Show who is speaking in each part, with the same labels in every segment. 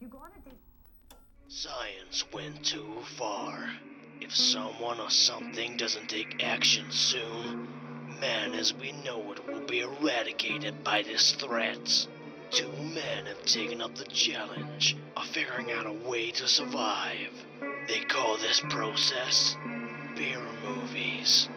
Speaker 1: You go on a date.
Speaker 2: Science went too far. If someone or something doesn't take action soon, man as we know it will be eradicated by this threat. Two men have taken up the challenge of figuring out a way to survive. They call this process beer movies.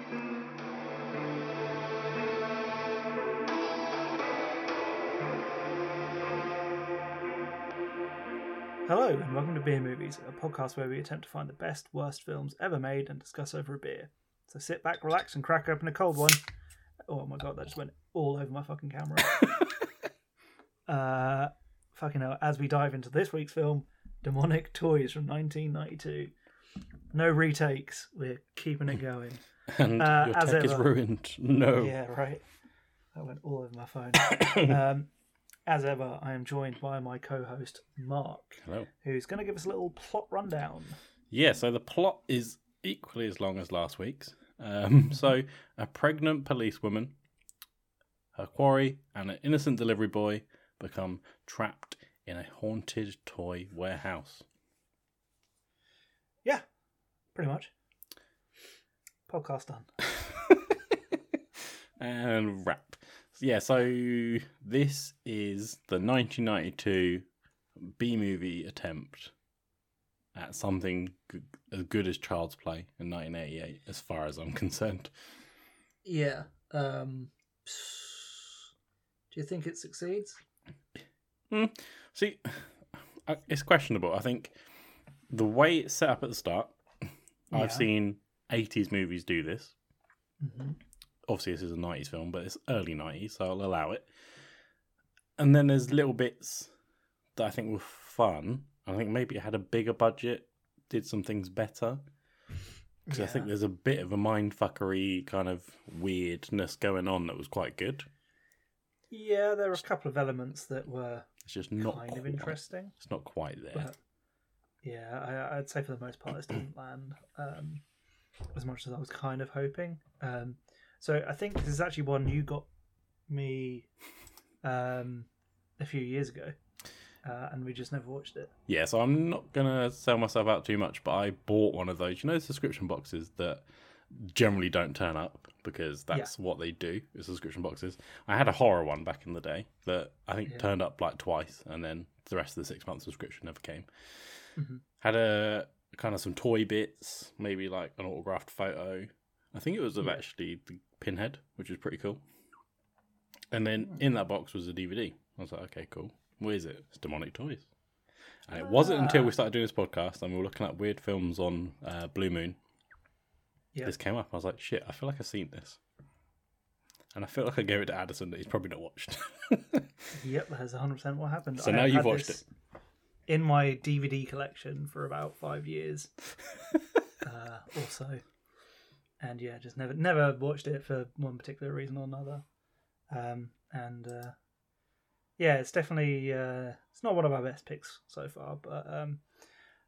Speaker 3: Hello, and welcome to Beer Movies, a podcast where we attempt to find the best, worst films ever made and discuss over a beer. So sit back, relax, and crack open a cold one. Oh my god, that just went all over my fucking camera. uh, fucking hell. As we dive into this week's film, Demonic Toys from 1992. No retakes, we're keeping it going.
Speaker 4: and
Speaker 3: Uh,
Speaker 4: your
Speaker 3: as
Speaker 4: tech is
Speaker 3: ever.
Speaker 4: ruined. No.
Speaker 3: Yeah, right. That went all over my phone. um, as ever, I am joined by my co host, Mark,
Speaker 4: Hello.
Speaker 3: who's going to give us a little plot rundown.
Speaker 4: Yeah, so the plot is equally as long as last week's. Um, so, a pregnant policewoman, her quarry, and an innocent delivery boy become trapped in a haunted toy warehouse.
Speaker 3: Yeah, pretty much. Podcast done.
Speaker 4: and wrap. Yeah, so this is the 1992 B movie attempt at something g- as good as Child's Play in 1988, as far as I'm concerned.
Speaker 3: Yeah. Um, do you think it succeeds?
Speaker 4: Hmm. See, I- it's questionable. I think the way it's set up at the start,
Speaker 3: Yeah.
Speaker 4: I've seen 80s movies do this.
Speaker 3: Mm-hmm.
Speaker 4: Obviously, this is a 90s film, but it's early 90s, so I'll allow it. And then there's little bits that I think were fun. I think maybe it had a bigger budget, did some things better. Because I think there's a bit of a mindfuckery kind of weirdness going on that was quite good.
Speaker 3: Yeah, there were a couple of elements that were
Speaker 4: It's just not
Speaker 3: kind of
Speaker 4: quite-
Speaker 3: interesting.
Speaker 4: It's not quite there.
Speaker 3: But yeah, I, I'd say for the most part, this didn't land um, as much as I was kind of hoping. Um, so I think this is actually one you got me um, a few years ago, uh, and we just never watched it.
Speaker 4: Yeah, so I'm not gonna sell myself out too much, but I bought one of those, you know, subscription boxes that generally don't turn up because that's what they do is subscription boxes. I had a horror one back in the day that I think
Speaker 3: Yeah.
Speaker 4: turned up like twice, and then the rest of the six month subscription never came.
Speaker 3: Mhm.
Speaker 4: Had a kind of some toy bits, maybe like an autographed photo. I think it was of
Speaker 3: Yeah.
Speaker 4: actually the pinhead, which was pretty cool. And then
Speaker 3: Hmm.
Speaker 4: in that box was a DVD. I was like, okay, cool. What is it? It's demonic toys. And it wasn't until
Speaker 3: Ah.
Speaker 4: we started doing this podcast and we were looking at weird films on uh, Blue Moon.
Speaker 3: Yeah.
Speaker 4: This came up. I was like, shit, I feel like I've seen this. And I feel like I gave it to Addison that he's probably not watched. Oh,
Speaker 3: Yep, that's 100% what happened.
Speaker 4: So
Speaker 3: I
Speaker 4: now
Speaker 3: have
Speaker 4: you've
Speaker 3: had
Speaker 4: watched
Speaker 3: this In my DVD collection for about five years uh, or so. And yeah, just never never watched it for one particular reason or another. Um, and uh, yeah, it's definitely uh, it's not one of our best picks so far, but um,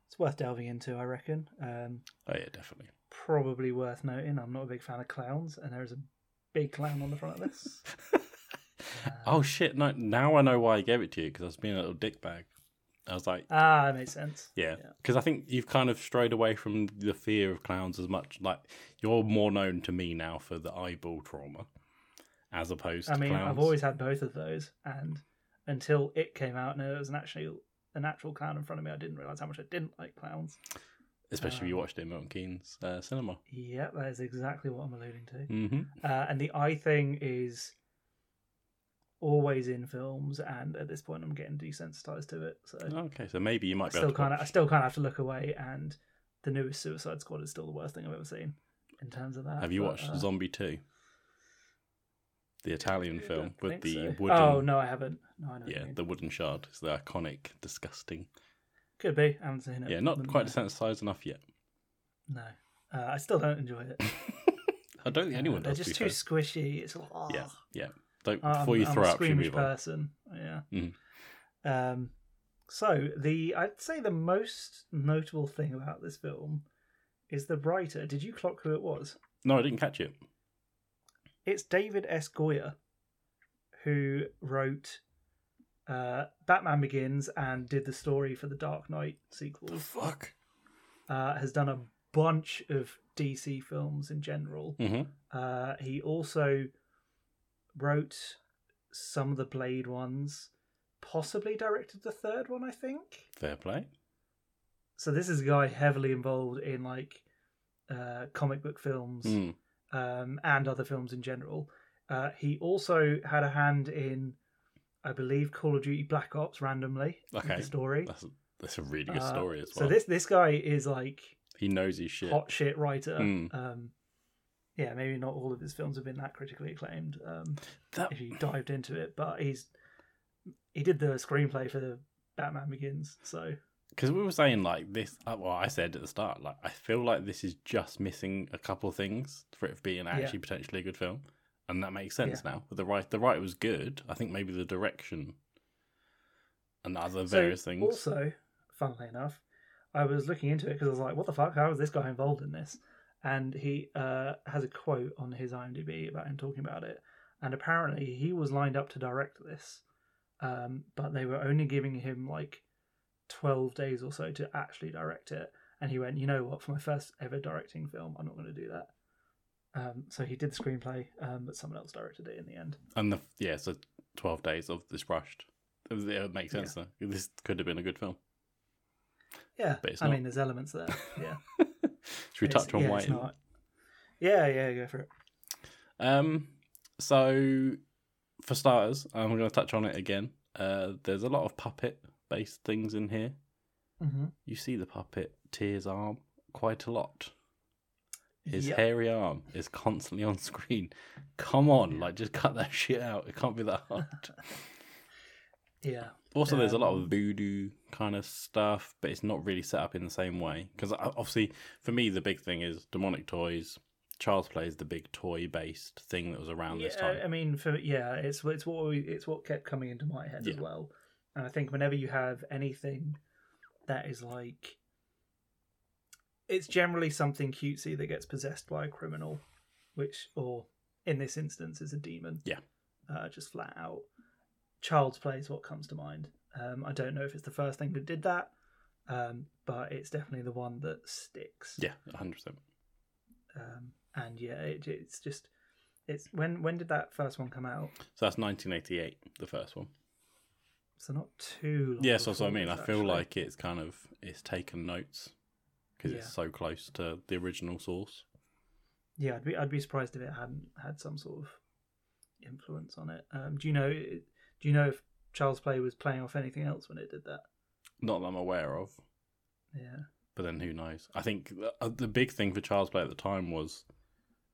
Speaker 3: it's worth delving into, I reckon. Um,
Speaker 4: oh, yeah, definitely.
Speaker 3: probably worth noting, I'm not a big fan of clowns, and there is a big clown on the front of this. Uh, Ah.
Speaker 4: Oh, shit. No, now I know why I gave it to you because I was being a little dick bag. I was like,
Speaker 3: Ah, that makes sense.
Speaker 4: Yeah, because I think you've kind of strayed away from the fear of clowns as much. Like you're more known to me now for the eyeball trauma, as opposed.
Speaker 3: I
Speaker 4: to
Speaker 3: mean,
Speaker 4: clowns.
Speaker 3: I've always had both of those, and until it came out and it was an actual an actual clown in front of me, I didn't realize how much I didn't like clowns.
Speaker 4: especially if you
Speaker 3: um,
Speaker 4: watched it in Milton Keynes uh, cinema.
Speaker 3: Yeah, that is exactly what I'm alluding to.
Speaker 4: hmm
Speaker 3: Uh, and the eye thing is always in films, and at this point, I'm getting desensitized to it. So
Speaker 4: Okay, so maybe you
Speaker 3: I
Speaker 4: might be able
Speaker 3: still
Speaker 4: to
Speaker 3: kind of I
Speaker 4: watch.
Speaker 3: still kind of have to look away. And the newest Suicide Squad is still the worst thing I've ever seen in terms of that.
Speaker 4: Have you
Speaker 3: but,
Speaker 4: watched
Speaker 3: uh,
Speaker 4: Zombie Two? The Italian
Speaker 3: I
Speaker 4: film
Speaker 3: don't
Speaker 4: with
Speaker 3: think
Speaker 4: the
Speaker 3: so.
Speaker 4: wooden.
Speaker 3: Oh no, I haven't. No, I know.
Speaker 4: Yeah, the wooden shard. It's the iconic, disgusting.
Speaker 3: could be. I haven't seen it.
Speaker 4: Yeah, not
Speaker 3: Wouldn't
Speaker 4: quite
Speaker 3: know.
Speaker 4: desensitized enough yet.
Speaker 3: No, uh, I still don't enjoy it.
Speaker 4: I don't think anyone
Speaker 3: They're
Speaker 4: does. to
Speaker 3: just
Speaker 4: be
Speaker 3: too
Speaker 4: fair.
Speaker 3: squishy. It's like, oh.
Speaker 4: Yeah, yeah. Don't,
Speaker 3: I'm-
Speaker 4: before you
Speaker 3: I'm
Speaker 4: throw
Speaker 3: a
Speaker 4: up, you
Speaker 3: squeamish
Speaker 4: move on.
Speaker 3: person. Yeah.
Speaker 4: Mhm.
Speaker 3: Um, so the I'd say the most notable thing about this film is the writer. Did you clock who it was?
Speaker 4: No, I didn't catch it.
Speaker 3: It's David S. Goyer, who wrote uh, Batman Begins and did the story for the Dark Knight
Speaker 4: The
Speaker 3: sequels.
Speaker 4: fuck?
Speaker 3: Uh, has done a bunch of DC films in general.
Speaker 4: hmm
Speaker 3: Uh, he also wrote some of the Blade ones, possibly directed the third one, I think.
Speaker 4: Fair play.
Speaker 3: So this is a guy heavily involved in like uh, comic book films
Speaker 4: Mm.
Speaker 3: um, and other films in general. Uh, he also had a hand in, I believe, Call of Duty Black Ops randomly. with
Speaker 4: Okay.
Speaker 3: The story.
Speaker 4: That's that's a really good
Speaker 3: Uh,
Speaker 4: story as
Speaker 3: So
Speaker 4: well.
Speaker 3: this this guy is like
Speaker 4: he knows his shit.
Speaker 3: hot shit writer.
Speaker 4: Mm.
Speaker 3: Um, yeah, maybe not all of his films have been that critically acclaimed um,
Speaker 4: That
Speaker 3: if you dived into it, but he's he did the screenplay for Batman Begins. So
Speaker 4: because we were saying like this. uh, Well, I said at the start, like I feel like this is just missing a couple things for it being actually potentially a good film, and that makes sense now. But the right, the right was good. I think maybe the direction and other
Speaker 3: So,
Speaker 4: various things.
Speaker 3: Also, funnily enough, I was looking into it because I was like, "What the fuck? How is this guy involved in this?" And he uh, has a quote on his IMDb about him talking about it, and apparently he was lined up to direct this, um, but they were only giving him like twelve days or so to actually direct it, and he went, "You know what? For my first ever directing film, I'm not going to do that." Um, so he did the screenplay, um, but someone else directed it in the end.
Speaker 4: And the yeah, so twelve days of this rushed. It it makes sense though. This could have been a good film.
Speaker 3: Yeah,
Speaker 4: But it's
Speaker 3: I
Speaker 4: not.
Speaker 3: mean, there's elements there. Yeah.
Speaker 4: Should we
Speaker 3: It's-
Speaker 4: touch on
Speaker 3: yeah,
Speaker 4: why?
Speaker 3: it's not. Yeah, yeah, go for it.
Speaker 4: Um, so for starters, I'm going to touch on it again. Uh, there's a lot of puppet-based things in here.
Speaker 3: Mm-hmm.
Speaker 4: You see the puppet Tear's arm quite a lot. His
Speaker 3: Yep.
Speaker 4: hairy arm is constantly on screen. Come on, like just cut that shit out. It can't be that hard.
Speaker 3: Yeah,
Speaker 4: Also, there's a lot
Speaker 3: Um,
Speaker 4: of voodoo kind of stuff, but it's not really set up in the same way. Because obviously, for me, the big thing is demonic toys. Child's Play is the big toy-based thing that was around
Speaker 3: yeah.
Speaker 4: this time.
Speaker 3: I mean, for yeah, it's it's what we, it's what kept coming into my head as
Speaker 4: Yeah.
Speaker 3: well. And I think whenever you have anything that is like, it's generally something cutesy that gets possessed by a criminal, which or in this instance is a demon.
Speaker 4: Yeah.
Speaker 3: uh, just flat out. Child's play is what comes to mind. Um, I don't know if it's the first thing that did that, um, but it's definitely the one that sticks.
Speaker 4: Yeah, 100%.
Speaker 3: um, and yeah, it, it's just it's when when did that first one come out?
Speaker 4: So that's 1988, the first one.
Speaker 3: So not too. Long
Speaker 4: Yes, that's what I
Speaker 3: before
Speaker 4: mean. I
Speaker 3: this,
Speaker 4: feel
Speaker 3: actually.
Speaker 4: like it's kind of it's taken notes because
Speaker 3: Yeah.
Speaker 4: it's so close to the original source.
Speaker 3: yeah, I'd be I'd be surprised if it hadn't had some sort of influence on it. Um, do you know do you know if Charles Play was playing off anything else when it did that?
Speaker 4: Not that I'm aware of,
Speaker 3: Yeah,
Speaker 4: but then who knows? I think the, uh, the big thing for Child's Play at the time was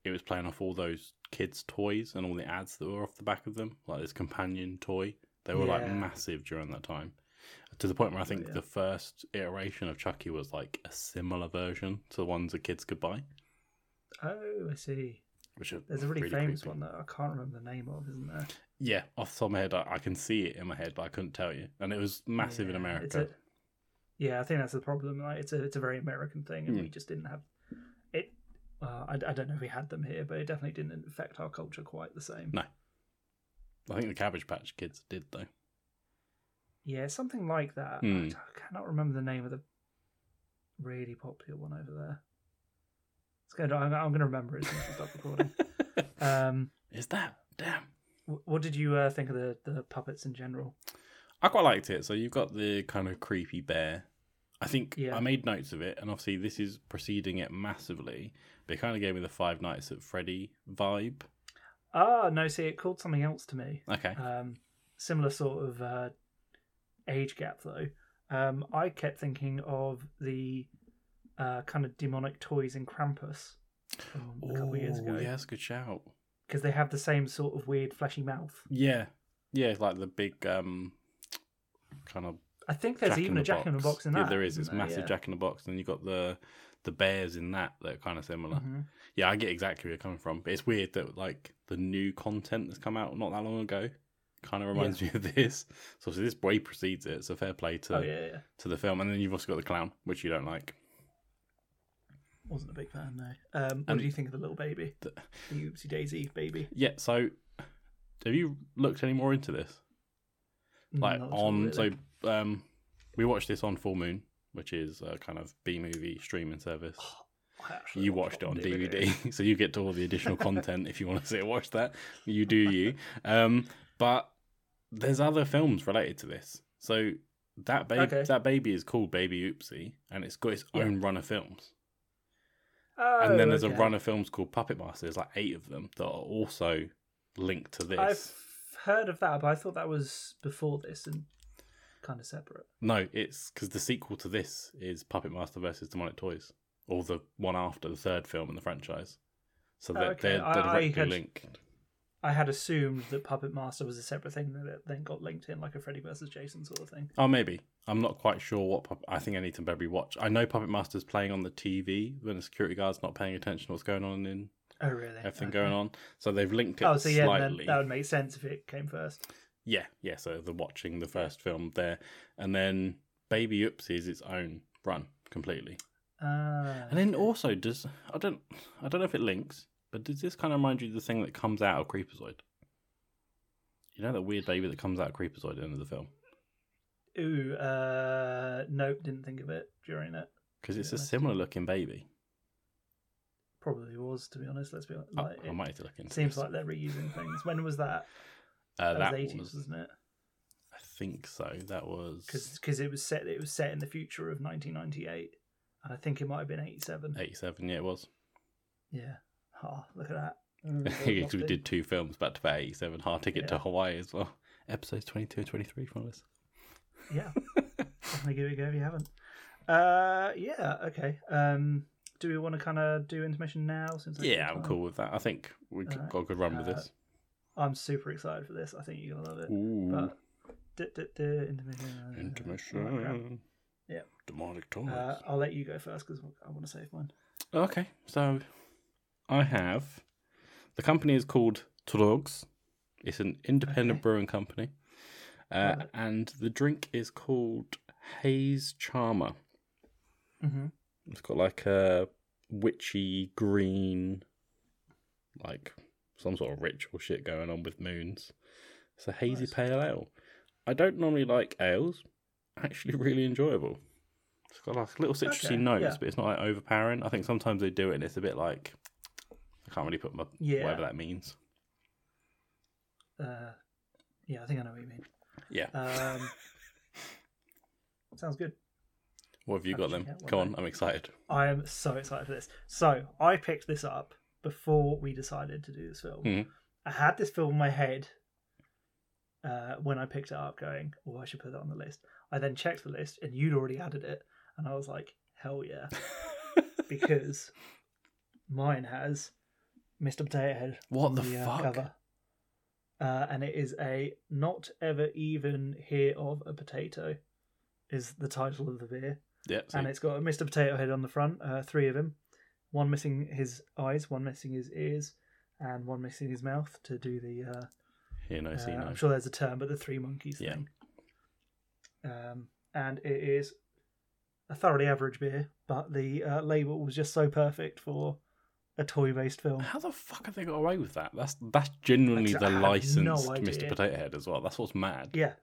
Speaker 4: it was playing off all those kids' toys and all the ads that were off the back of them, like this companion toy. They were like
Speaker 3: Yeah.
Speaker 4: massive during that time, to the point where I think
Speaker 3: yeah.
Speaker 4: the first iteration of Chucky was like a similar version to the ones that kids could buy.
Speaker 3: Oh, I see.
Speaker 4: Which are
Speaker 3: There's a really, famous
Speaker 4: creepy.
Speaker 3: one that I can't remember the name of, isn't there?
Speaker 4: Yeah, off the top of my head, I, I can see it in my head, but I couldn't tell you. And it was massive in
Speaker 3: Yeah,
Speaker 4: America.
Speaker 3: it's a- yeah, I think that's the problem. Like, it's a it's a very American thing, and
Speaker 4: Mm.
Speaker 3: we just didn't have it. Uh, I, I don't know if we had them here, but it definitely didn't affect our culture quite the same.
Speaker 4: No. I think the Cabbage Patch Kids did though.
Speaker 3: Yeah, something like that. I,
Speaker 4: Mm.
Speaker 3: d- I cannot remember the name of the really popular one over there. It's going. To, I'm, I'm going to remember it since we stop recording. Um,
Speaker 4: Is that damn?
Speaker 3: wh- what did you uh, think of the the puppets in general?
Speaker 4: I quite liked it. So you've got the kind of creepy bear. I think
Speaker 3: Yeah.
Speaker 4: I made notes of it, and obviously this is preceding it massively. But it kind of gave me the Five Nights at Freddy vibe.
Speaker 3: Ah, no. See, it called something else to me.
Speaker 4: Okay.
Speaker 3: um, similar sort of uh, age gap though. Um, I kept thinking of the uh, kind of demonic toys in Krampus from a couple of years
Speaker 4: Ooh,
Speaker 3: ago
Speaker 4: yeah, that's a good shout.
Speaker 3: because they have the same sort of weird fleshy mouth.
Speaker 4: Yeah, yeah, it's like the big um, kind of
Speaker 3: I think there's
Speaker 4: Jack in
Speaker 3: even
Speaker 4: the
Speaker 3: a Jack in the Box in that.
Speaker 4: Yeah, there is.
Speaker 3: isn't
Speaker 4: It's
Speaker 3: there?
Speaker 4: massive
Speaker 3: Yeah.
Speaker 4: Jack in the Box, and you got the the bears in that that are kind of similar.
Speaker 3: Mhm.
Speaker 4: Yeah, I get exactly where you're coming from, but it's weird that like the new content that's come out not that long ago kind of reminds me of this. So obviously this way precedes it. So fair play to
Speaker 3: Oh yeah, yeah.
Speaker 4: to the film, and then you've also got the clown, which you don't like.
Speaker 3: Wasn't a big fan though. Um, what
Speaker 4: And-
Speaker 3: did you think of the little baby, the,
Speaker 4: The-
Speaker 3: Oopsie Daisy baby?
Speaker 4: Yeah. So have you looked any more into this? like
Speaker 3: Mm, Not
Speaker 4: on
Speaker 3: really.
Speaker 4: so um we watched this on full moon which is a kind of b movie streaming service
Speaker 3: I actually
Speaker 4: you watched it on dvd, so you get to all the additional content if you want to sit and watch that you do you um but there's other films related to this so that baby
Speaker 3: Okay.
Speaker 4: that baby is called baby oopsie and it's got its
Speaker 3: Yeah.
Speaker 4: own run of films
Speaker 3: Oh,
Speaker 4: and then there's
Speaker 3: okay.
Speaker 4: a run of films called puppet master there's like eight of them that are also linked to this
Speaker 3: I've heard of that, but I thought that was before this and kind of separate.
Speaker 4: No, it's because the sequel to this is Puppet Master versus Demonic Toys, or the one after the third film in the franchise. So they're,
Speaker 3: Oh, Okay,
Speaker 4: they're,
Speaker 3: I-
Speaker 4: they're
Speaker 3: I
Speaker 4: directly
Speaker 3: had-
Speaker 4: linked.
Speaker 3: I had assumed that Puppet Master was a separate thing that it then got linked in, like a Freddy versus Jason sort of thing.
Speaker 4: Oh, maybe. I'm not quite sure what. Pup- I think I need to maybe watch. I know Puppet Master's playing on the TV when the security guard's not paying attention to what's going on in
Speaker 3: Oh, really?
Speaker 4: everything
Speaker 3: Okay.
Speaker 4: going on. So they've linked it
Speaker 3: Oh, so yeah, then
Speaker 4: slightly.
Speaker 3: that would make sense if it came first.
Speaker 4: Yeah, yeah. So the watching the first film there, and then Baby Oopsie is its own run completely.
Speaker 3: Ah,
Speaker 4: And then also does I don't I don't know if it links, but does this kind of remind you of the thing that comes out of Creepazoid? You know that weird baby that comes out of Creepazoid at the end of the film
Speaker 3: ooh, uh, nope, didn't think of it during it.
Speaker 4: because it's a
Speaker 3: Yeah.
Speaker 4: similar looking baby.
Speaker 3: Probably was, to be honest. Let's be honest.
Speaker 4: Oh,
Speaker 3: Like,
Speaker 4: I
Speaker 3: it
Speaker 4: might have to look into.
Speaker 3: seems
Speaker 4: this.
Speaker 3: like they're reusing things. When was that?
Speaker 4: uh,
Speaker 3: that
Speaker 4: that
Speaker 3: was
Speaker 4: was,
Speaker 3: the 80s, wasn't it?
Speaker 4: I think so. That was
Speaker 3: because it was set it was set in the future of 1998 and i think it might have been 87
Speaker 4: eighty-seven. Yeah, it was
Speaker 3: yeah oh look at that
Speaker 4: because we did two films back to back. Eighty-seven. Hard ticket to
Speaker 3: Yeah.
Speaker 4: Hawaii as well. Episodes twenty-two and twenty-three from us.
Speaker 3: yeah definitely give it a go if you haven't uh yeah okay um do we want to kind of do intermission now since I
Speaker 4: Yeah,
Speaker 3: got
Speaker 4: I'm
Speaker 3: time?
Speaker 4: cool with that. I think we g-
Speaker 3: Alright.
Speaker 4: got a good run with
Speaker 3: Uh,
Speaker 4: this.
Speaker 3: i'm super excited for this i think you're gonna love it
Speaker 4: Ooh,
Speaker 3: Uh, but duh, duh, duh, intermission, uh, all that crap.
Speaker 4: intermission.
Speaker 3: Yeah.
Speaker 4: demonic toys.
Speaker 3: uh, i'll let you go first because i want to save mine
Speaker 4: Okay, so I have the company is called Trogs. It's an independent
Speaker 3: Okay.
Speaker 4: brewing company, uh,
Speaker 3: Love it.
Speaker 4: and the drink is called Haze Charmer.
Speaker 3: mm-hmm.
Speaker 4: It's got like a witchy green, like some sort of ritual shit going on with moons. It's a hazy
Speaker 3: Nice.
Speaker 4: pale ale. I don't normally like ales. Actually, really enjoyable. It's got like a little citrusy
Speaker 3: Okay,
Speaker 4: notes,
Speaker 3: yeah.
Speaker 4: but it's not like overpowering. I think sometimes they do it, and it's a bit like I can't really put my
Speaker 3: Yeah.
Speaker 4: whatever that means.
Speaker 3: uh yeah i think i know what you mean
Speaker 4: Yeah.
Speaker 3: um sounds good
Speaker 4: what have you got
Speaker 3: actually,
Speaker 4: then?
Speaker 3: yeah, well
Speaker 4: Go
Speaker 3: done.
Speaker 4: on, I'm excited.
Speaker 3: I am so excited for this. So I picked this up before we decided to do this film.
Speaker 4: Mhm.
Speaker 3: I had this film in my head uh, when I picked it up, going, "Oh, I should put that on the list." I then checked the list, and you'd already added it, and I was like, "Hell yeah!" because mine has Mr. Potato Head
Speaker 4: What the
Speaker 3: on uh,
Speaker 4: fuck?
Speaker 3: cover. Uh, and it is a not ever even hear of a potato, is the title of the beer
Speaker 4: Yeah. see.
Speaker 3: and it's got a Mr. Potato Head on the front, uh, three of him. One missing his eyes, one missing his ears, and one missing his mouth to do the. Uh,
Speaker 4: Here, no, see,
Speaker 3: uh,
Speaker 4: no.
Speaker 3: I'm sure there's a term, but the three monkeys
Speaker 4: Yeah.
Speaker 3: thing. Um, and it is a thoroughly average beer, but the uh, label was just so perfect for a toy-based film.
Speaker 4: How the fuck have they got away with that? That's that's genuinely
Speaker 3: Like,
Speaker 4: the
Speaker 3: I have no
Speaker 4: licensed Mr.
Speaker 3: idea.
Speaker 4: Potato Head as well. That's what's mad.
Speaker 3: Yeah,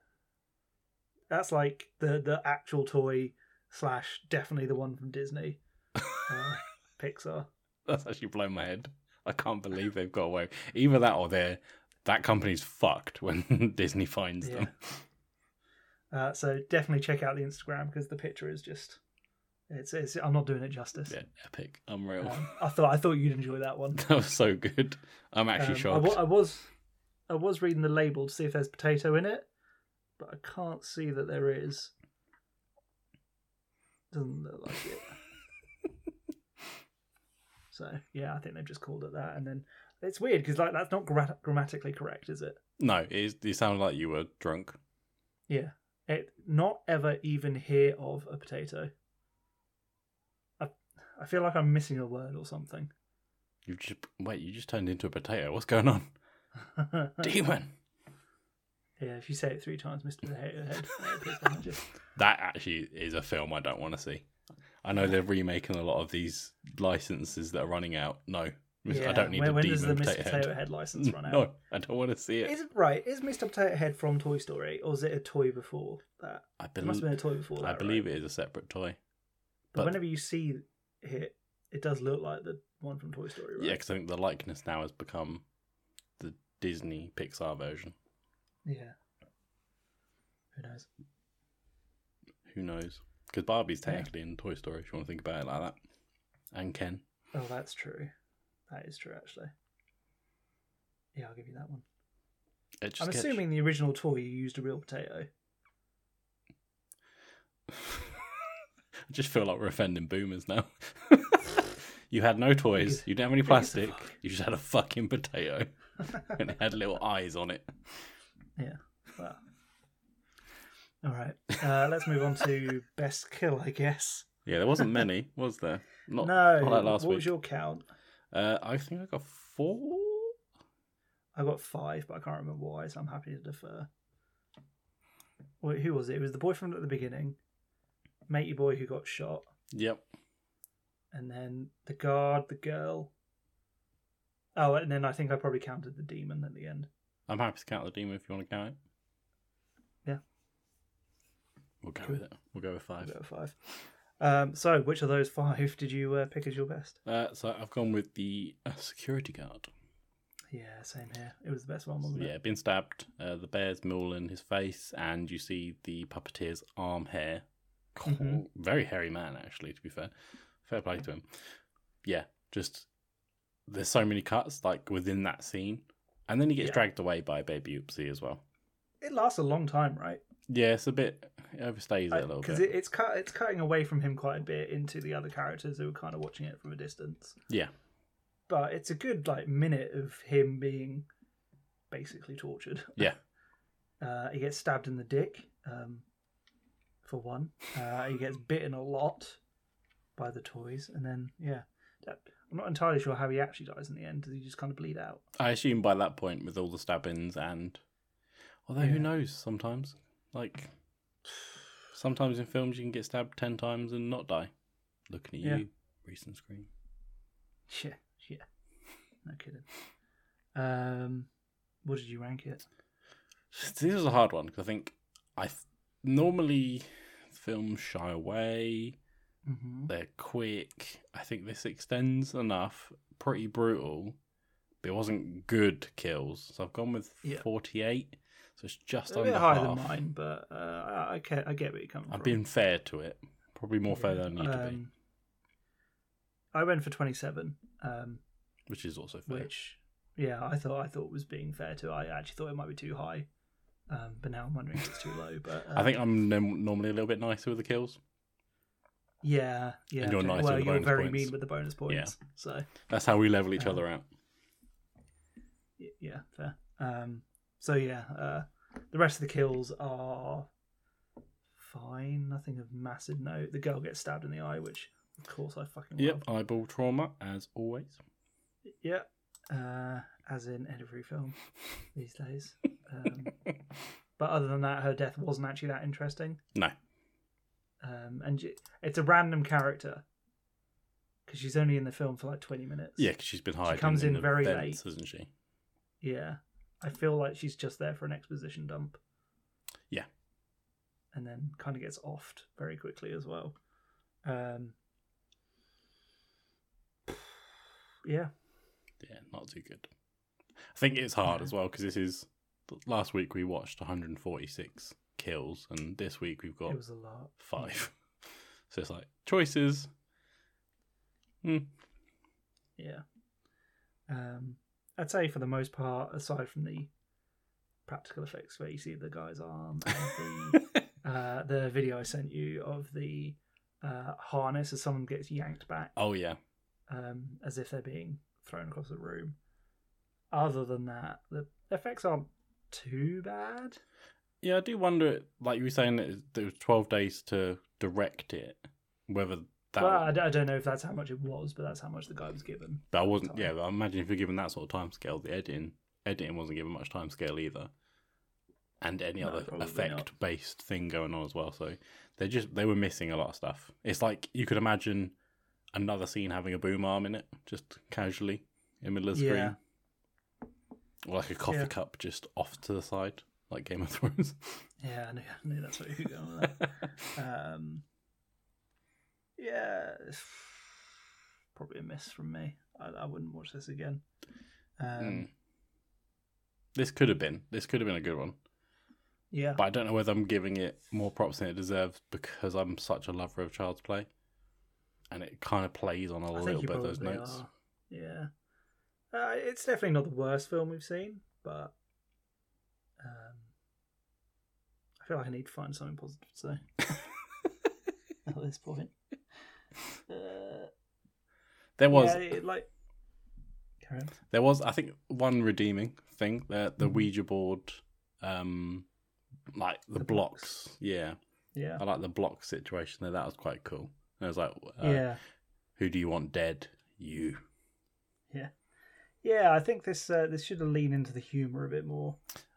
Speaker 3: that's like the the actual toy slash definitely the one from Disney, uh, Pixar.
Speaker 4: That's actually blown my head. I can't believe they've got away. Either that or they're that company's fucked when Disney finds them.
Speaker 3: Uh, so definitely check out the Instagram because the picture is just it's, it's I'm not doing it justice.
Speaker 4: Yeah, epic, unreal.
Speaker 3: Um, I thought I thought you'd enjoy that one.
Speaker 4: that was so good. I'm
Speaker 3: Um,
Speaker 4: actually
Speaker 3: I,
Speaker 4: shocked.
Speaker 3: wa- I was I was reading the label to see if there's potato in it, but I can't see that there is. Doesn't look like it. so yeah, I think they've just called it that, and then it's weird because like that's not gra- grammatically correct, is it?
Speaker 4: No, it, is, it sounded like you were drunk.
Speaker 3: Yeah. It not ever even hear of a potato. I I feel like I'm missing a word or something.
Speaker 4: You just wait. You just turned into a potato. What's going on,
Speaker 3: yeah,
Speaker 4: demon?
Speaker 3: if you say it three times, Mr. Potato Head it appears behind you.
Speaker 4: That actually is a film I don't want to see. I know they're remaking a lot of these licenses that are running out. No, I don't need
Speaker 3: when,
Speaker 4: to
Speaker 3: when
Speaker 4: demon
Speaker 3: does the Mr.
Speaker 4: potato,
Speaker 3: Potato,
Speaker 4: head.
Speaker 3: Head, license run out?
Speaker 4: No, I don't want to see it.
Speaker 3: Is it right? Is Mr. Potato Head from Toy Story, or is it a toy before that?
Speaker 4: I,
Speaker 3: It must
Speaker 4: believe
Speaker 3: have been a toy before that.
Speaker 4: I believe
Speaker 3: right?
Speaker 4: it is a separate toy.
Speaker 3: But,
Speaker 4: but-
Speaker 3: whenever you see it, it does look like the one from Toy Story,
Speaker 4: Yeah, 'cause
Speaker 3: right?
Speaker 4: Yeah, because I think the likeness now has become the Disney Pixar version.
Speaker 3: Yeah. Who knows?
Speaker 4: Who knows? Because Barbie's
Speaker 3: Yeah.
Speaker 4: technically in Toy Story, if you want to think about it like that. And Ken.
Speaker 3: Oh, that's true. That is true, actually. Yeah, I'll give you that one.
Speaker 4: It just
Speaker 3: I'm
Speaker 4: gets-
Speaker 3: assuming the original toy you used a real potato.
Speaker 4: I just feel like we're offending boomers now. you had no toys, you didn't have any
Speaker 3: Who gives a
Speaker 4: plastic,
Speaker 3: fuck?
Speaker 4: you just had a fucking potato and it had little eyes on it.
Speaker 3: Well. All right. Uh, let's move on to best kill, I guess.
Speaker 4: Yeah, there wasn't many, was there? Not,
Speaker 3: no.
Speaker 4: not like last
Speaker 3: what
Speaker 4: week.
Speaker 3: was your count?
Speaker 4: Uh, I think I got four.
Speaker 3: I got five, but I can't remember why, so I'm happy to defer. Wait, who was it? It was the boy from at the beginning, matey boy who got shot,
Speaker 4: Yep.
Speaker 3: and then the guard, the girl. Oh, and then I think I probably counted the demon at the end.
Speaker 4: I'm happy to count the demon if you want to count it.
Speaker 3: Yeah.
Speaker 4: We'll go
Speaker 3: Cool.
Speaker 4: with it. We'll go with
Speaker 3: I
Speaker 4: five.
Speaker 3: got five. Um, so, which of those five did you uh, pick as your best?
Speaker 4: Uh, so I've gone with the uh, security guard.
Speaker 3: Yeah, same here. It was the best one, wasn't
Speaker 4: Yeah,
Speaker 3: it?
Speaker 4: been stabbed. Uh, the bear's mauling his face, and you see the puppeteer's arm hair.
Speaker 3: Mhm.
Speaker 4: Very hairy man, actually. To be fair, fair play to him. Yeah, just there's so many cuts like within that scene, and then he gets
Speaker 3: Yeah.
Speaker 4: dragged away by baby oopsie as well.
Speaker 3: It lasts a long time, right?
Speaker 4: Yeah, it's a bit it overstays it a little
Speaker 3: Because
Speaker 4: bit.
Speaker 3: it, it's cut, it's cutting away from him quite a bit into the other characters who were kind of watching it from a distance.
Speaker 4: yeah,
Speaker 3: but it's a good like minute of him being basically tortured.
Speaker 4: yeah,
Speaker 3: Uh, he gets stabbed in the dick, um, for one. Uh, he gets bitten a lot by the toys, and then yeah, that, I'm not entirely sure how he actually dies in the end. Does he just kind of bleed out?
Speaker 4: I assume by that point, with all the stabbings and, although
Speaker 3: Yeah.
Speaker 4: who knows? Sometimes, like, sometimes in films you can get stabbed ten times and not die. Looking at
Speaker 3: Yeah.
Speaker 4: you, recent screen.
Speaker 3: Yeah, yeah, no kidding. Um, what did you rank it?
Speaker 4: This is a hard one because I think I th- normally films shy away.
Speaker 3: Mm-hmm.
Speaker 4: They're quick. I think this extends enough. Pretty brutal, but it wasn't good kills. So I've gone with
Speaker 3: Yeah.
Speaker 4: forty-eight. So it's just
Speaker 3: A
Speaker 4: under
Speaker 3: bit higher
Speaker 4: half.
Speaker 3: than mine, but uh, I, I, get, I get where you're coming
Speaker 4: I'm
Speaker 3: from.
Speaker 4: being fair to it. Probably more fair than I need to be,
Speaker 3: Um, I went for 27. Um,
Speaker 4: which is also fair.
Speaker 3: which yeah i thought i thought was being fair to i actually thought it might be too high um but now i'm wondering if it's too low but uh,
Speaker 4: I think I'm nom- normally a little bit nicer with the kills.
Speaker 3: yeah yeah
Speaker 4: And you're nice
Speaker 3: well
Speaker 4: with the
Speaker 3: you're
Speaker 4: bonus
Speaker 3: very
Speaker 4: points.
Speaker 3: mean with the bonus points so
Speaker 4: That's how we level each
Speaker 3: Uh,
Speaker 4: other out.
Speaker 3: y- yeah fair um so yeah uh the rest of the kills are fine nothing of massive note the girl gets stabbed in the eye which of course i fucking
Speaker 4: Yep,
Speaker 3: love
Speaker 4: eyeball trauma as always.
Speaker 3: yeah uh as in every film these days um but other than that her death wasn't actually that interesting
Speaker 4: No,
Speaker 3: um, and y- it's a random character because she's only in the film for like 20 minutes.
Speaker 4: yeah, she she's been hiding.
Speaker 3: comes in
Speaker 4: the
Speaker 3: very
Speaker 4: vents,
Speaker 3: late.
Speaker 4: hasn't she?
Speaker 3: yeah. I feel like she's just there for an exposition dump.
Speaker 4: Yeah.
Speaker 3: and then kind of gets offed very quickly as well. Um, yeah,
Speaker 4: Yeah, not too good. I think it's hard as well because this is last week we watched 146 kills, and this week we've got
Speaker 3: it was a lot.
Speaker 4: five. so it's like choices. Hmm.
Speaker 3: Yeah. Um, I'd say for the most part, aside from the practical effects where you see the guy's arm and the uh, the video I sent you of the uh, harness as someone gets yanked back
Speaker 4: oh yeah,
Speaker 3: um, as if they're being thrown across the room. Other than that, the effects aren't too bad.
Speaker 4: Yeah, I do wonder, like you were saying, that it- there was 12 days to direct it, whether that.
Speaker 3: well, I, d- I don't know if that's how much it was, but that's how much the guy was given.
Speaker 4: but I wasn't,
Speaker 3: time.
Speaker 4: yeah, I imagine if you're given that sort of time scale, the editing editing wasn't given much time scale either. And any
Speaker 3: No,
Speaker 4: other
Speaker 3: probably not.
Speaker 4: effect based thing going on as well. So they just, they were missing a lot of stuff. It's like you could imagine another scene having a boom arm in it, just casually. in the middle of the
Speaker 3: Yeah.
Speaker 4: screen, or like a coffee
Speaker 3: Yeah.
Speaker 4: cup just off to the side, like Game of Thrones.
Speaker 3: Yeah, I knew, I knew that's what you were going with that. um, yeah, it's probably a miss from me. I, I wouldn't watch this again. Um,
Speaker 4: Mm. This could have been. This could have been a good one,
Speaker 3: Yeah,
Speaker 4: but I don't know whether I'm giving it more props than it deserves because I'm such a lover of Child's Play, and it kind of plays on a
Speaker 3: I
Speaker 4: little
Speaker 3: think you
Speaker 4: bit of
Speaker 3: probably
Speaker 4: those notes.
Speaker 3: are. Yeah, uh, it's definitely not the worst film we've seen, but um, I feel like I need to find something positive to say at this point. Uh,
Speaker 4: There was
Speaker 3: yeah, it, like. Carry on.
Speaker 4: There was, I think, one redeeming thing that
Speaker 3: Mm-hmm.
Speaker 4: the Ouija board, um, like the,
Speaker 3: The
Speaker 4: blocks.
Speaker 3: blocks.
Speaker 4: Yeah,
Speaker 3: Yeah.
Speaker 4: I like the block situation there. That was quite cool. And I was like, uh,
Speaker 3: yeah.
Speaker 4: who do you want dead? You.
Speaker 3: Yeah, I think this uh, this should have leaned into the humor a bit more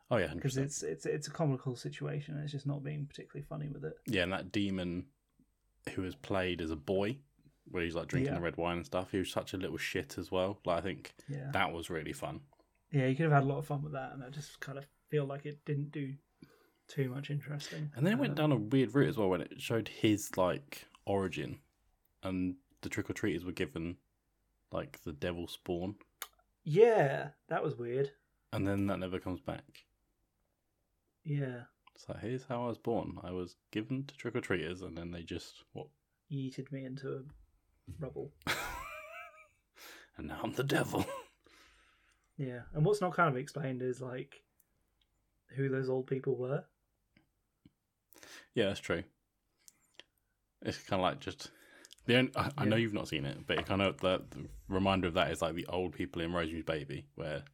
Speaker 4: Oh yeah,
Speaker 3: because
Speaker 4: 100%.
Speaker 3: it's it's it's a comical situation and it's just not being particularly funny with it.
Speaker 4: yeah, and that demon who was played as a boy, where he's like drinking
Speaker 3: Yeah.
Speaker 4: the red wine and stuff. He was such a little shit as well. Like I think
Speaker 3: Yeah,
Speaker 4: that was really fun.
Speaker 3: yeah, you could have had a lot of fun with that, and I just kind of feel like it didn't do too much interesting.
Speaker 4: And then it went
Speaker 3: Um,
Speaker 4: down a weird route as well when it showed his like origin, and the trick or treaters were given like the devil spawn.
Speaker 3: Yeah, that was weird.
Speaker 4: and then that never comes back.
Speaker 3: Yeah,
Speaker 4: So here's how I was born. I was given to trick or treaters, and then they just what?
Speaker 3: yeeted me into a rubble.
Speaker 4: and now I'm the devil.
Speaker 3: Yeah, and what's not kind of explained is like who those old people were.
Speaker 4: yeah, that's true. It's kind of like just the only, I, I know
Speaker 3: Yeah.
Speaker 4: you've not seen it, but it kind of the, the reminder of that is like the old people in Rosemary's Baby, where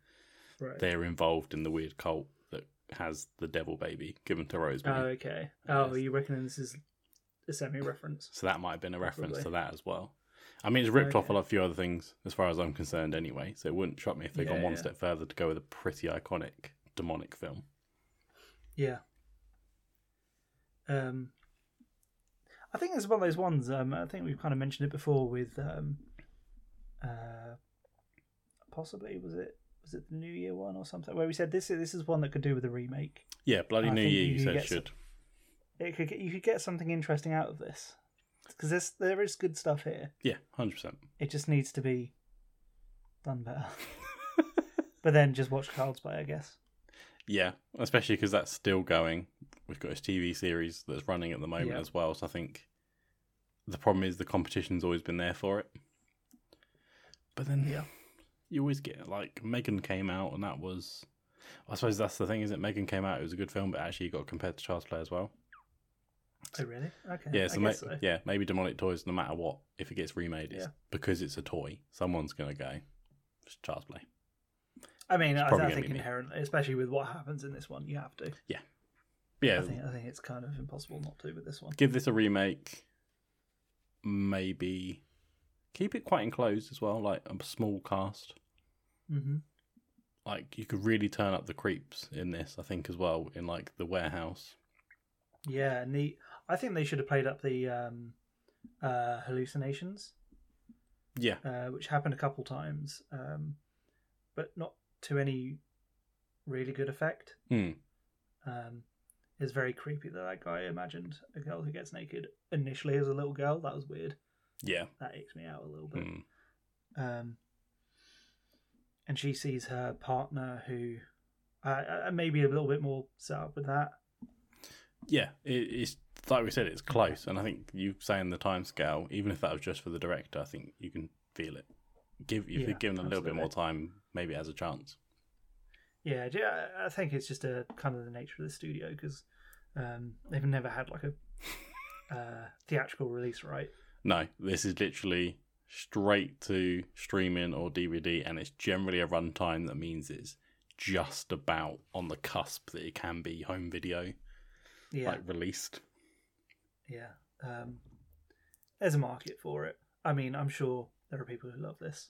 Speaker 3: Right.
Speaker 4: they're involved in the weird cult that has the devil baby given to
Speaker 3: oh,
Speaker 4: Rosemary.
Speaker 3: okay. Oh,
Speaker 4: Yes.
Speaker 3: you reckon this is a semi-reference?
Speaker 4: So that might have been a reference to
Speaker 3: Oh, Probably.
Speaker 4: that as well. I mean, it's ripped off a
Speaker 3: Okay.
Speaker 4: lot- few other things, as far as I'm concerned, anyway. So it wouldn't shock me if they
Speaker 3: Yeah,
Speaker 4: gone one
Speaker 3: yeah.
Speaker 4: step further to go with a pretty iconic demonic film.
Speaker 3: Yeah. Um, I think it's one of those ones. Um, I think we've kind of mentioned it before with, um, uh, possibly was it was it the New Year one or something where we said this this is one that could do with a remake.
Speaker 4: Yeah, bloody
Speaker 3: I
Speaker 4: New
Speaker 3: think
Speaker 4: Year.
Speaker 3: you
Speaker 4: You
Speaker 3: can
Speaker 4: said
Speaker 3: get
Speaker 4: should.
Speaker 3: It could get, you could get something interesting out of this because there's there is good stuff here.
Speaker 4: Yeah, hundred percent.
Speaker 3: It just needs to be done better. but then just watch Child's Play, I guess.
Speaker 4: Yeah, especially because that's still going. We've got this TV series that's running at the moment
Speaker 3: Yeah.
Speaker 4: as well. So I think the problem is the competition's always been there for it. But then
Speaker 3: Yeah.
Speaker 4: you always get like Megan came out, and that was. I suppose that's the thing, is it? Megan came out; it was a good film, but actually it got compared to Child's Play as well.
Speaker 3: Oh really? Okay.
Speaker 4: Yeah,
Speaker 3: I
Speaker 4: so, ma-
Speaker 3: guess so.
Speaker 4: yeah, maybe demonic toys, no matter what, if it gets remade, it's
Speaker 3: Yeah.
Speaker 4: because it's a toy, someone's gonna go. It's Child's Play.
Speaker 3: I mean, I,
Speaker 4: probably
Speaker 3: I
Speaker 4: gonna
Speaker 3: think
Speaker 4: be me.
Speaker 3: inherently, especially with what happens in this one, you have to.
Speaker 4: But yeah,
Speaker 3: I think I think it's kind of impossible not to with this one.
Speaker 4: give this a remake. Maybe keep it quite enclosed as well, like a small cast.
Speaker 3: Mm-hmm.
Speaker 4: Like you could really turn up the creeps in this, I think, as well, in like the warehouse.
Speaker 3: Yeah, neat. I think they should have played up the um, uh, hallucinations,
Speaker 4: Yeah,
Speaker 3: uh, which happened a couple times, um, but not to any really good effect.
Speaker 4: Hmm.
Speaker 3: Um, it's very creepy that that guy imagined a girl who gets naked initially as a little girl. That was weird.
Speaker 4: yeah,
Speaker 3: That icks me out a little bit.
Speaker 4: mm.
Speaker 3: um, and she sees her partner who uh, uh, maybe a little bit more set up with that
Speaker 4: yeah. It, it's like we said, it's close, and I think you saying the time scale, even if that was just for the director, I think you can feel it. Give if
Speaker 3: Yeah,
Speaker 4: you're given a little bit
Speaker 3: absolutely.
Speaker 4: more time, maybe it has a chance.
Speaker 3: yeah ju- I- i think it's just a kind of the nature of the studio because um, they've never had like a uh, theatrical release right
Speaker 4: No, this is literally straight to streaming or DVD, and it's generally a runtime that means it's just about on the cusp that it can be home video
Speaker 3: yeah
Speaker 4: like released.
Speaker 3: yeah um, there's a market for it i mean i'm sure there are people who love this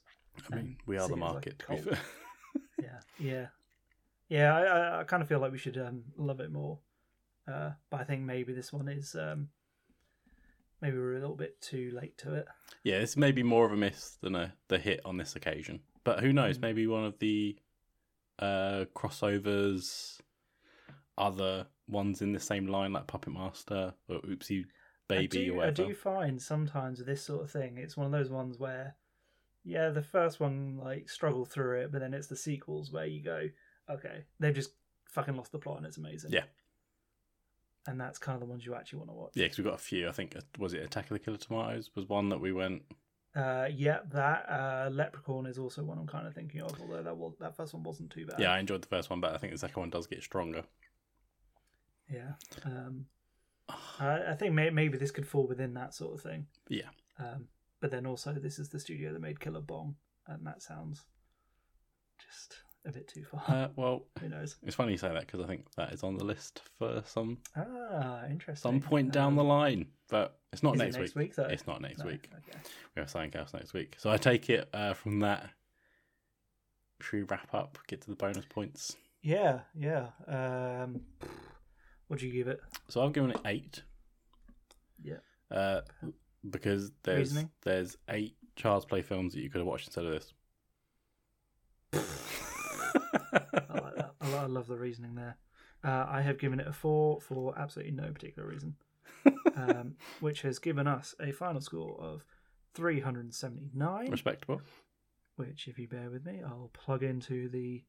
Speaker 4: I mean,
Speaker 3: Um,
Speaker 4: we
Speaker 3: so
Speaker 4: are the
Speaker 3: it's like
Speaker 4: market. to be
Speaker 3: cult.
Speaker 4: fair.
Speaker 3: yeah yeah yeah i, I, I kind of feel like we should um, love it more uh, but i think maybe this one is um, maybe we're a little bit too late to it
Speaker 4: yeah, it's maybe more of a miss than a the hit on this occasion. But who knows?
Speaker 3: Mm.
Speaker 4: Maybe one of the uh, crossovers, other ones in the same line, like Puppet Master or Oopsie Baby
Speaker 3: I do,
Speaker 4: or whatever.
Speaker 3: I do find sometimes with this sort of thing, it's one of those ones where, yeah, the first one like struggled through it, but then it's the sequels where you go, okay, they've just fucking lost the plot and it's amazing.
Speaker 4: Yeah.
Speaker 3: And that's kind of the ones you actually want to watch.
Speaker 4: Yeah, because we got a few. I think uh, was it Attack of the Killer Tomatoes was one that we went.
Speaker 3: Uh, yeah, that uh, Leprechaun is also one I'm kind of thinking of, although that was, that first one wasn't too bad.
Speaker 4: yeah, I enjoyed the first one, but I think the second one does get stronger.
Speaker 3: Yeah. Um, I, I think may, maybe this could fall within that sort of thing.
Speaker 4: Yeah.
Speaker 3: Um, but then also, this is the studio that made Killer Bong, and that sounds just a bit too far.
Speaker 4: Uh, well,
Speaker 3: Who knows?
Speaker 4: it's funny you say that because I think that is on the list for some
Speaker 3: Ah, interesting.
Speaker 4: some point down the
Speaker 3: Um,
Speaker 4: line, but it's not
Speaker 3: is it
Speaker 4: next,
Speaker 3: next
Speaker 4: week.
Speaker 3: week, though?
Speaker 4: It's not next
Speaker 3: no,
Speaker 4: week.
Speaker 3: uh, Okay.
Speaker 4: We have something else next week. So I take it uh, from that. Should we wrap up? Get to the bonus points.
Speaker 3: Yeah, yeah. Um, what do you give it?
Speaker 4: So I've given it eight.
Speaker 3: Yeah.
Speaker 4: Uh, because there's
Speaker 3: Reasoning?
Speaker 4: there's eight child's play films that you could have watched instead of this.
Speaker 3: I like that. I, lo- I love the reasoning there. Uh, I have given it a four for absolutely no particular reason, um, which has given us a final score of 379.
Speaker 4: Respectable.
Speaker 3: Which, if you bear with me, I'll plug into the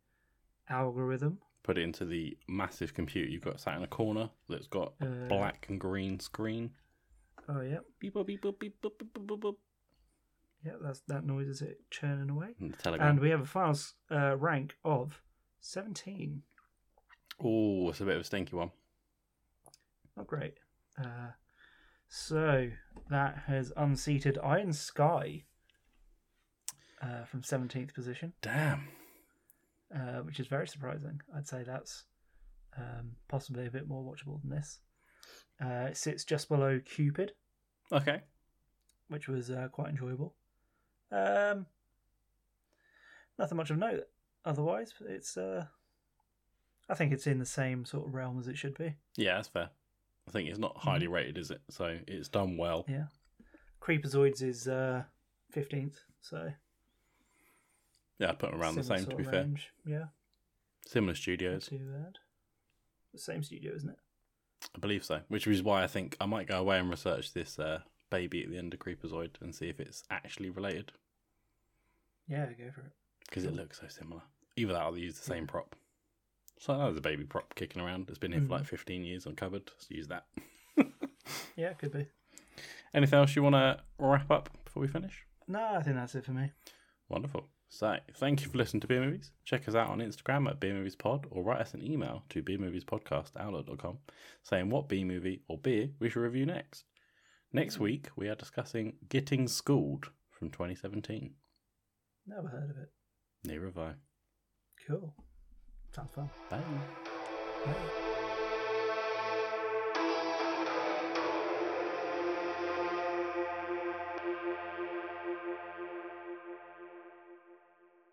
Speaker 3: algorithm.
Speaker 4: Put it into the massive computer you've got sat in a corner that's got a
Speaker 3: Uh,
Speaker 4: black and green screen.
Speaker 3: Oh, yeah,
Speaker 4: Beep, boop, beep, boop, beep, boop, beep, boop, boop, boop.
Speaker 3: yeah. That's that noise is it churning away,
Speaker 4: And the telegram.
Speaker 3: and we have a final s- uh, rank of 17.
Speaker 4: Oh, it's a bit of a stinky one.
Speaker 3: Not great. Uh, so that has unseated Iron Sky uh, from 17th position.
Speaker 4: Damn.
Speaker 3: uh, which is very surprising. I'd say that's um, possibly a bit more watchable than this. Uh, it sits just below Cupid,
Speaker 4: Okay.
Speaker 3: which was uh, quite enjoyable. Um, nothing much of note otherwise. It's uh, I think it's in the same sort of realm as it should be.
Speaker 4: Yeah, that's fair. I think it's
Speaker 3: Mm-hmm.
Speaker 4: not highly rated, is it? So it's done well.
Speaker 3: Yeah. Creepazoids is uh, fifteenth, so
Speaker 4: Yeah, I put them around the
Speaker 3: similar
Speaker 4: same, to
Speaker 3: sort
Speaker 4: be
Speaker 3: of
Speaker 4: fair.
Speaker 3: range. Yeah,
Speaker 4: Similar
Speaker 3: not
Speaker 4: studios,
Speaker 3: too bad. The same studio, isn't it?
Speaker 4: I believe so. Which is why I think I might go away and research this uh, baby at the end of Creepazoid and see if it's actually related
Speaker 3: Yeah, go for it.
Speaker 4: because it looks so similar. Either that or they use the same prop. So there's a baby prop kicking around. It's been here
Speaker 3: Mhm.
Speaker 4: for like 15 years uncovered. Let's use that.
Speaker 3: Yeah, could be.
Speaker 4: Anything else you want to wrap up before we finish?
Speaker 3: No, I think that's it for me.
Speaker 4: Wonderful. So, thank you for listening to Beer Movies. Check us out on Instagram at Beer Movies Pod or write us an email to beermoviespodcast.outlook.com saying what beer movie or beer we should review next. Next week, we are discussing Getting Schooled from 2017.
Speaker 3: Never heard of it.
Speaker 4: Near have I.
Speaker 3: Cool. Sounds fun.
Speaker 4: Bye.
Speaker 3: Yeah.